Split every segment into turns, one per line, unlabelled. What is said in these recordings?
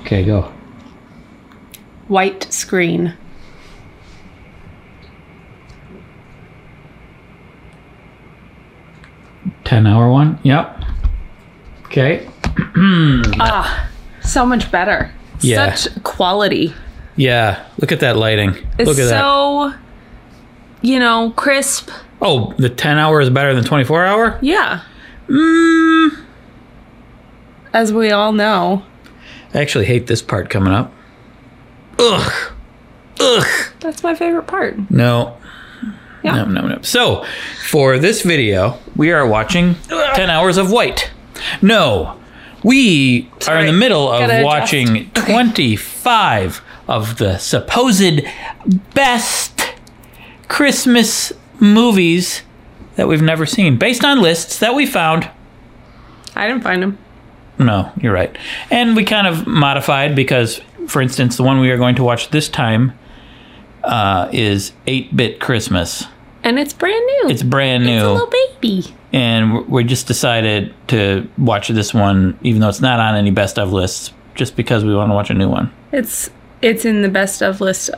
Okay, go.
White screen.
Ten hour one. Yep. Okay.
Ah, so much better.
Yeah.
Such quality.
Yeah. Look at that lighting.
It's
Look at that.
so, you know, crisp.
Oh, the ten hour is better than twenty four hour.
Yeah. Mm. As we all know.
I actually hate this part coming up. Ugh. Ugh.
That's my favorite part.
No. No,
Yeah.
no, no. So, for this video, we are watching 10 hours of white. No, we are in
right.
the middle of
Gotta adjust.
watching 25 of the supposed best Christmas movies that we've never seen, based on lists that we found.
I didn't find him.
No, you're right. And we kind of modified because, for instance, the one we are going to watch this time uh, is 8 Bit Christmas.
And it's brand new.
It's brand
It's a
new,
little baby.
and w- we just decided to watch this one, even though it's not on any best of lists, just because we want to watch a new one.
It's it's in the best of list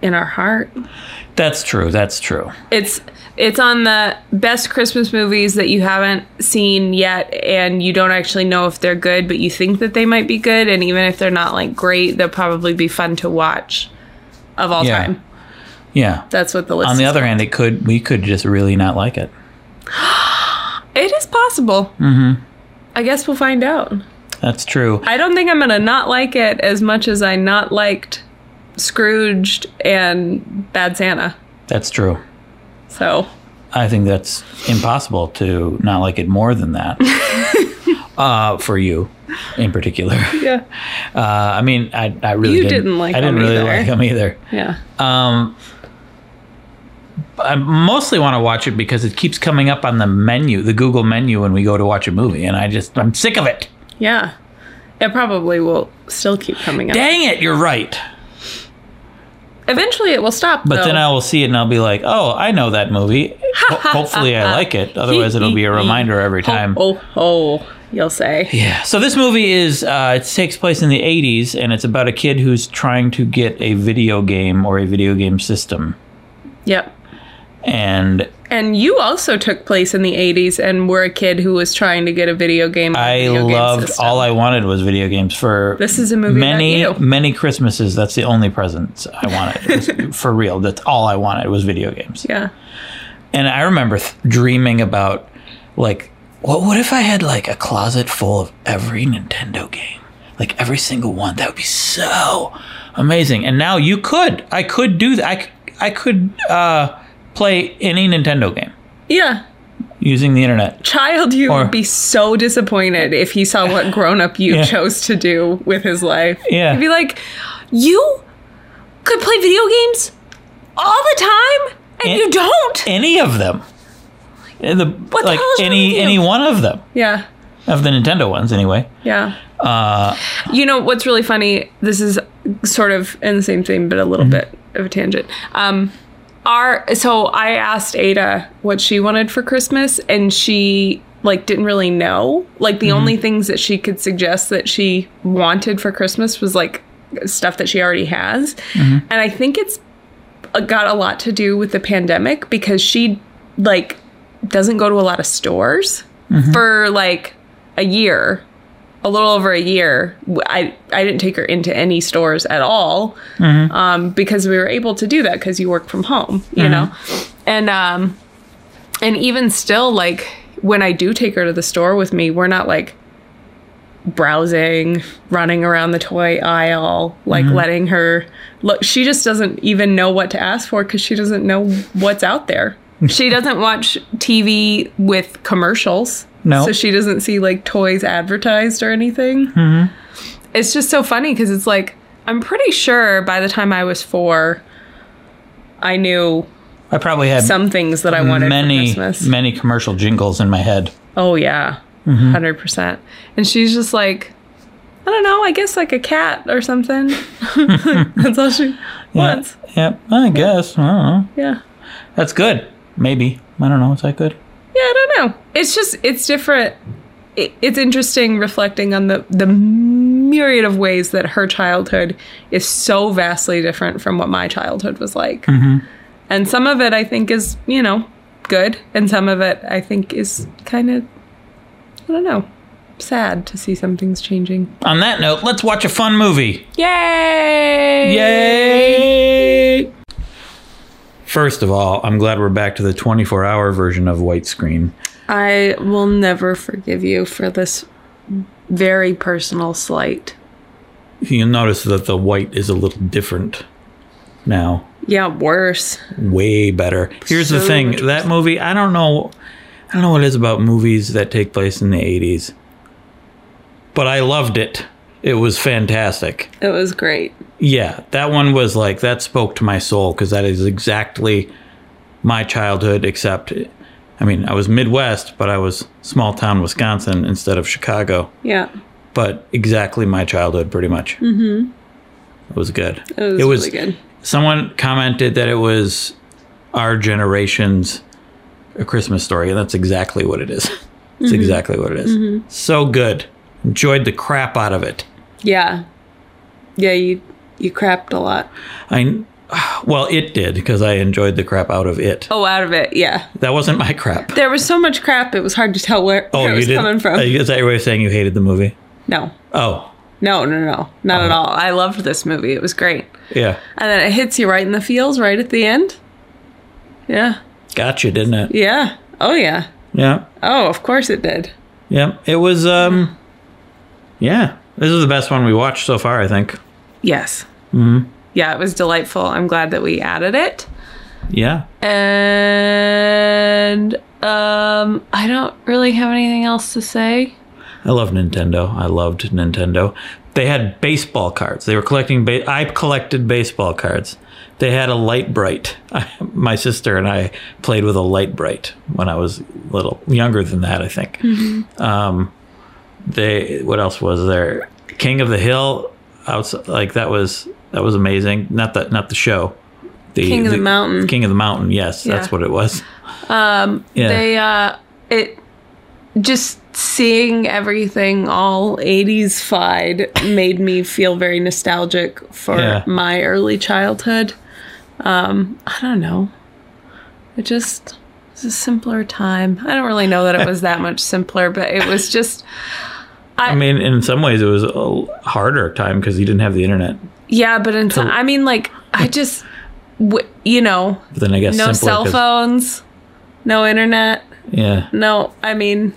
in our heart.
That's true. That's true.
It's it's on the best Christmas movies that you haven't seen yet and you don't actually know if they're good, but you think that they might be good and even if they're not like great, they'll probably be fun to watch of all
Yeah.
time.
Yeah.
That's what the list
on the
is.
other hand, it could we could just really not like it.
It is possible. Mm-hmm. I guess we'll find out.
That's true.
I don't think I'm gonna not like it as much as I not liked Scrooged and Bad Santa.
That's true.
So
I think that's impossible to not like it more than that. uh, for you, in particular.
yeah,
Uh, I mean, I, I really
You
didn't,
didn't like
I didn't
them
really
either.
like them either.
yeah.
Um, I mostly want to watch it because it keeps coming up on the menu, the Google menu, when we go to watch a movie, and I just I'm sick of it.
Yeah. It probably will still keep coming up.
Dang it, you're right.
Eventually it will stop.
But
though.
then I will see it and I'll be like, oh, I know that movie. Ho- hopefully,
Uh,
I like it. Otherwise, it'll be a reminder every time.
Oh, oh, oh, you'll say.
Yeah. So this movie is uh, it takes place in the 80s, and it's about a kid who's trying to get a video game or a video game system,
Yep.
and
And you also took place in the 80s and were a kid who was trying to get a video game.
I loved all I wanted was video games for
This is a movie about
many
you.
many Christmases. That's the only presents I wanted was- for real. That's all I wanted was video games.
Yeah.
And I remember th- dreaming about like what what if I had like a closet full of every Nintendo game. Like every single one. That would be so amazing. And now you could. I could do that. I, c- I could uh, play any Nintendo game
Yeah.
using the internet.
Child you
Or-
would be so disappointed if he saw what grown up you
Yeah.
chose to do with his life.
Yeah.
He'd be like, You could play video games all the time and,
And-
you don't.
any of them. And the,
the
like
hell is wrong with
any
you?
any one of them
yeah.
of the Nintendo ones anyway.
Yeah.
Uh,
You know what's really funny? This is sort of in the same thing, but a little bit of a tangent. Um, our so I asked Ada what she wanted for Christmas, and she like didn't really know. Like the only things that she could suggest that she wanted for Christmas was like stuff that she already has, and I think it's uh, got a lot to do with the pandemic because she like doesn't go to a lot of stores for like a year a little over a year. w- I I didn't take her into any stores at all um, because we were able to do that because you work from home, you know, and um, and even still, like when I do take her to the store with me, we're not like browsing, running around the toy aisle, like letting her look. She just doesn't even know what to ask for because she doesn't know what's out there. she doesn't watch TV with commercials.
No.
So she doesn't see like toys advertised or anything. It's just so funny because it's like, I'm pretty sure by the time I was four, I knew
I probably had
some things that I wanted for
many
Christmas.
many commercial jingles in my head.
Oh yeah, 100 percent. And she's just like, I don't know. I guess like a cat or something. That's all she wants.
Yep, I guess. I don't know.
Yeah.
That's good. Maybe I don't know. Is that good?
Yeah, I don't know. It's just it's different. It, it's interesting reflecting on the the myriad of ways that her childhood is so vastly different from what my childhood was like. And some of it I think is, you know, good. And some of it I think is kind of, I don't know, sad to see some things changing.
On that note, let's watch a fun movie.
Yay!
Yay! First of all, I'm glad we're back to the 24 hour version of White Screen.
I will never forgive you for this very personal slight.
You'll notice that the white is a little different now.
Yeah, worse.
way better. Here's the
So
thing:
much
that movie, I don't know, I don't know what it is about movies that take place in the '80s, but I loved it. It was fantastic.
It was great.
Yeah, that one was like that spoke to my soul because that is exactly my childhood. Except, I mean, I was Midwest, but I was small town Wisconsin instead of Chicago.
Yeah.
But exactly my childhood, pretty much. Mm-hmm. It was good.
It was really good.
Someone commented that it was our generation's A Christmas Story, and that's exactly what it is.
Mm-hmm.
It's exactly what it is. So good. Enjoyed the crap out of it.
Yeah. Yeah, you you crapped a lot.
I, well, it did because I enjoyed the crap out of it.
Oh, out of it, yeah.
That wasn't my crap.
There was so much crap it was hard to tell where,
Oh,
where it
you
was
did.
coming from.
Is that your way of saying you hated the movie?
no.
Oh,
No, no, no. Not at all. I loved this movie. It was great.
yeah.
And then it hits you right in the feels right at the end. Yeah.
Gotcha, didn't it?
Yeah. Oh yeah.
Yeah.
Oh, of course it did.
Yeah. It was. Um. Yeah. This is the best one we watched so far. I think.
Yes. Mm-hmm. Yeah, it was delightful. I'm glad that we added it.
Yeah.
And um, I don't really have anything else to say.
I love Nintendo. I loved Nintendo. They had baseball cards. They were collecting. Ba- I collected baseball cards. They had a light bright. I, my sister and I played with a light bright when I was little, younger than that, I think.
Mm-hmm.
Um, they what else was there? King of the Hill. Outside, like that was that was amazing. Not the not the show. The,
King of the Mountain.
King of the Mountain. Yes, that's
Yeah.
what it was. Um,
They uh, it just seeing everything all 80s fied made me feel very nostalgic for
Yeah.
my early childhood. Um, I don't know. It just it was a simpler time. I don't really know that it was that much simpler, but it was just
I mean, in some ways, it was a harder time because you didn't have the internet.
yeah, but in some, I mean like I just w- you know,
But then I guess
no
simpler
cell
'cause-
phones, no internet.
Yeah,
No, I mean,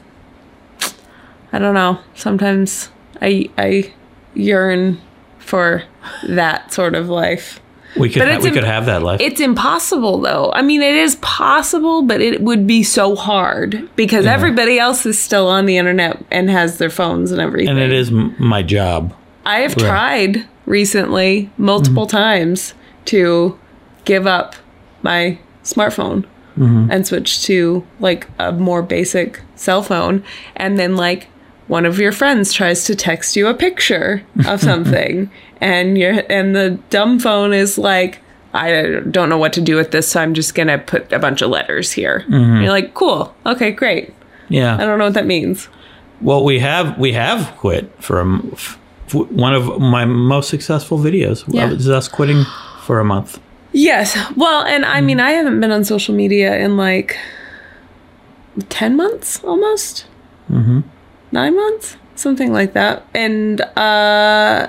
I don't know. Sometimes I I yearn for that sort of life.
we could
But
ha-
it's
we
im-
could have that life.
It's impossible though. I mean, it is possible, but it would be so hard because everybody else is still on the internet and has their phones and everything.
and it is m- my job.
I have tried recently multiple times to give up my smartphone and switch to like a more basic cell phone and then like one of your friends tries to text you a picture of something and your and the dumb phone is like I don't know what to do with this, so I'm just gonna put a bunch of letters here. You're like, cool, okay, great. I
Yeah.
don't know what that means.
Well, we have we have quit for a m- f- f- one of my most successful videos.
Yeah.
It was us quitting for a month.
Yes. Well, and I mean, I haven't been on social media in like 10 months almost. Mm-hmm. Nine months, something like that. And, uh,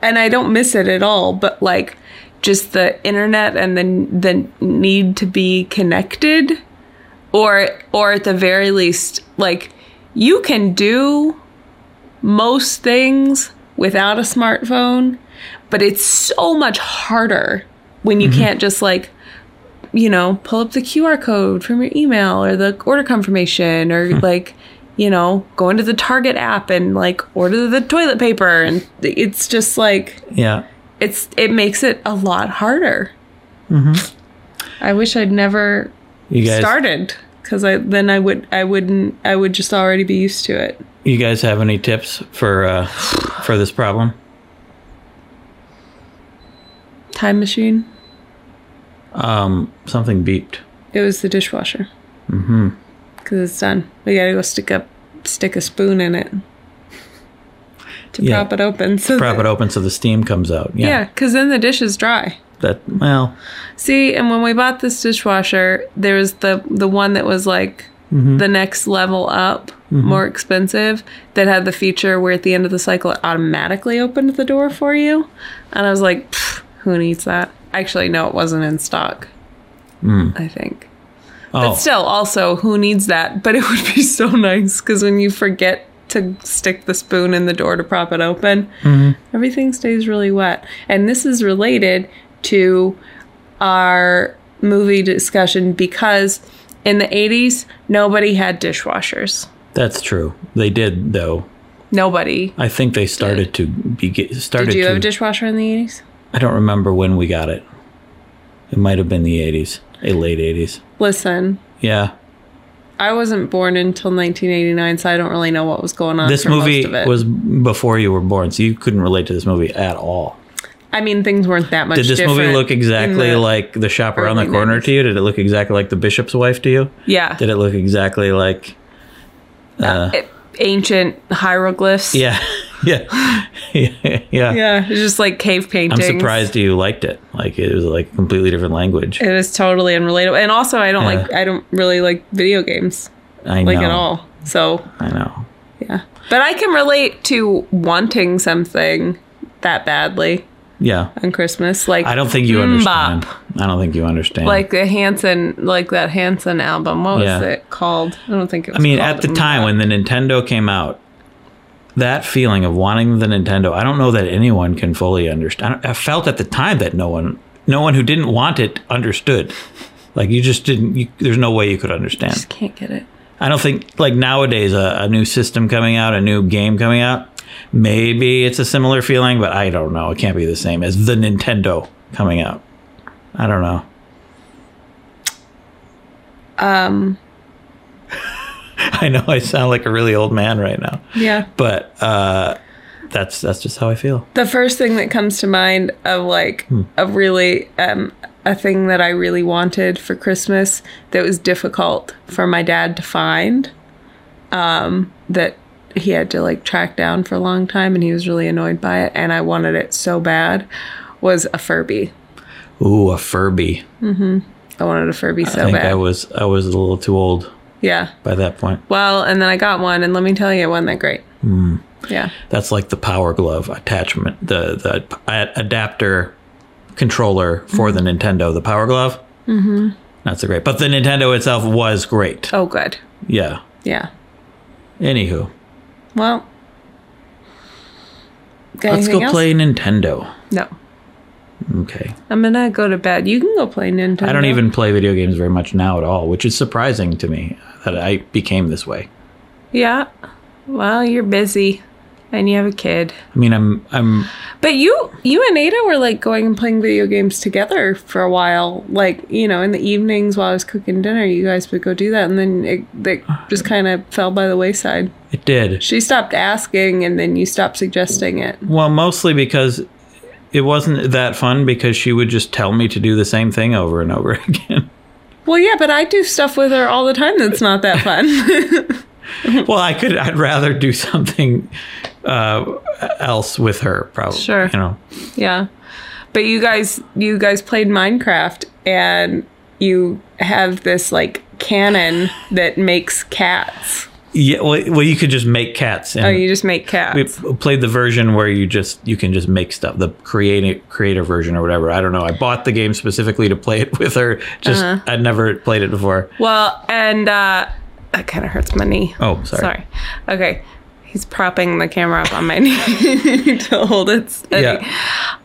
and I don't miss it at all, but like just the internet and the, the need to be connected or, or at the very least, like you can do most things without a smartphone, but it's so much harder when
Mm-hmm.
you can't just like you know pull up the QR code from your email or the order confirmation or
Hmm.
like you know go into the Target app and like order the toilet paper and it's just like
Yeah.
it's it makes it a lot harder. I wish I'd never
Mm-hmm. You guys,
started because I then I would I wouldn't I would just already be used to it.
you guys have any tips for uh, for this problem?
Time machine.
Um, something beeped.
It was the dishwasher. Mm-hmm. Because it's done. We gotta go stick up, stick a spoon in it. to
Yeah.
prop it open. So
Prop
that-
it open so the steam comes out. Yeah.
Yeah, because then the dish is dry.
That well,
See, and when we bought this dishwasher, there was the the one that was like
Mm-hmm.
the next level up, more expensive, that had the feature where at the end of the cycle it automatically opened the door for you. And I was like, "Pfft, who needs that? Actually, no, it wasn't in stock. I think.
oh,
But still, also, who needs that? But it would be so nice because when you forget to stick the spoon in the door to prop it open,
Mm-hmm.
everything stays really wet. And this is related to our movie discussion because in the 80s, nobody had dishwashers.
that's true. They did though.
Nobody.
I think they started to be get- started
Did you
to.
have a dishwasher in the 80s?
I don't remember when we got it. It might have been the '80s, eh, late '80s.
Listen,
Yeah,
I wasn't born until 1989, so I don't really know what was going on.
this
for most
movie
of it.
was before you were born, so you couldn't relate to this movie at all.
I mean, things weren't that much.
Did this movie
different
look
in
exactly
the-
like the shop around the
early
corner
90s.
to you? Did it look exactly like the bishop's wife to you?
Yeah.
Did it look exactly like
it- ancient hieroglyphs.
Yeah. yeah. yeah.
Yeah, it's just like cave
I'm
paintings.
surprised you liked it. Like it was like a completely different language.
It is totally unrelatable. And also, I don't
Yeah.
like, I don't really like video games,
I know.
like at all. So,
I know.
yeah. But I can relate to wanting something that badly
Yeah.
on Christmas. Like,
I don't think you
Mbop.
understand. I don't think you understand.
Like the Hanson, like that Hanson album. What
Yeah.
was it called? I don't think it was
I mean,
called
at the
Mbop.
time when the Nintendo came out, that feeling of wanting the Nintendo, I don't know that anyone can fully understand. I, don't- I felt at the time that no one, no one who didn't want it understood. Like you just didn't. You, there's no way you could understand.
Just can't get it.
I don't think like nowadays a, a new system coming out, a new game coming out, maybe it's a similar feeling, but I don't know. It can't be the same as the Nintendo coming out. I don't know.
Um,
I know I sound like a really old man right now,
yeah.
but uh, that's that's just how I feel.
The first thing that comes to mind of like
Hmm.
a really um, a thing that I really wanted for Christmas that was difficult for my dad to find, um, that he had to like track down for a long time, and he was really annoyed by it, and I wanted it so bad, was a Furby.
Ooh, a Furby.
I wanted a Furby so
I think
bad.
I was I was a little too old
yeah.
by that point.
Well, and then I got one, and let me tell you, it wasn't that great.
Hmm.
Yeah.
That's like the power glove attachment, the the a- adapter controller for the Nintendo, the power glove. Mm-hmm. Not so great, but the Nintendo itself was great.
Oh, good.
Yeah.
Yeah.
Anywho,
Well. got
let's
anything
go
else?
play Nintendo.
No.
Okay.
I'm gonna go to bed. You can go play Nintendo.
I don't even play video games very much now at all, which is surprising to me that I became this way.
Yeah. Well, you're busy, and you have a kid.
I mean, I'm I'm
But you, you and Ada were like going and playing video games together for a while. Like you know, in the evenings while I was cooking dinner, you guys would go do that, and then it, it just kind of fell by the wayside.
it did.
She stopped asking, and then you stopped suggesting it.
Well, mostly because it wasn't that fun because she would just tell me to do the same thing over and over again.
Well, yeah, but I do stuff with her all the time that's not that fun.
Well, I could. I'd rather do something uh, else with her, probably.
Sure.
You know.
Yeah. But you guys you guys played Minecraft and you have this like cannon that makes cats.
Yeah. Well, well, you could just make cats. And
Oh, you just make cats.
we played the version where you just you can just make stuff. The creative creator version or whatever. I don't know. I bought the game specifically to play it with her. Just
Uh-huh.
I'd never played it before.
well, and uh that kind of hurts my knee.
Oh, sorry.
sorry. Okay. He's propping the camera up on my knee to hold it steady.
Yeah.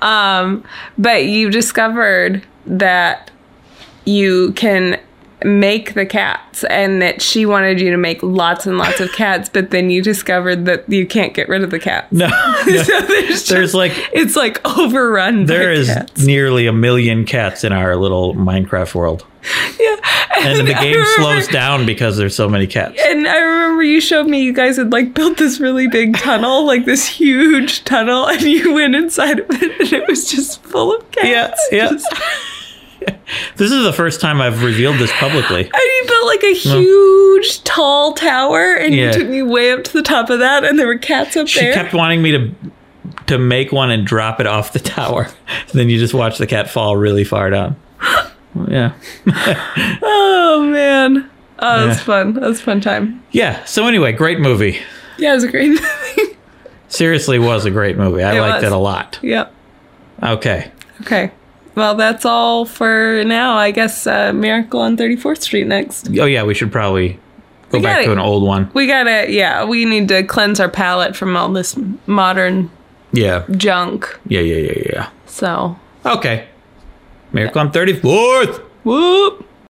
Um, but you discovered that you can make the cats and that she wanted you to make lots and lots of cats, but then you discovered that you can't get rid of the cats.
No. no.
so there's, just-
There's like
it's like overrun.
There
by
is
cats.
nearly a million cats in our little Minecraft world.
Yeah.
And the
I
game
remember-
slows down because there's so many cats.
And I remember you showed me you guys had like built this really big tunnel, like this huge tunnel, and you went inside of it and it was just full of cats.
Yeah, yeah.
Just-
This is the first time I've revealed this publicly.
And he built like a huge, tall tower, and
Yeah.
you took me way up to the top of that, and there were cats up
She
there.
kept wanting me to to make one and drop it off the tower. then you just watch the cat fall really far down. Yeah.
oh man, oh that's
Yeah.
fun. That's a fun time.
Yeah. So anyway, great movie.
Yeah, it was a great movie.
Seriously was a great movie. I
It
liked it
was.
a lot.
yep.
Okay.
Okay. Well, that's all for now. I guess uh, Miracle on 34th Street next.
Oh yeah, we should probably go
We got
back to
it.
an old one.
We gotta, yeah, we need to cleanse our palate from all this modern
Yeah.
junk.
Yeah, yeah, yeah, yeah.
So,
Okay. Miracle on 34th.
whoop.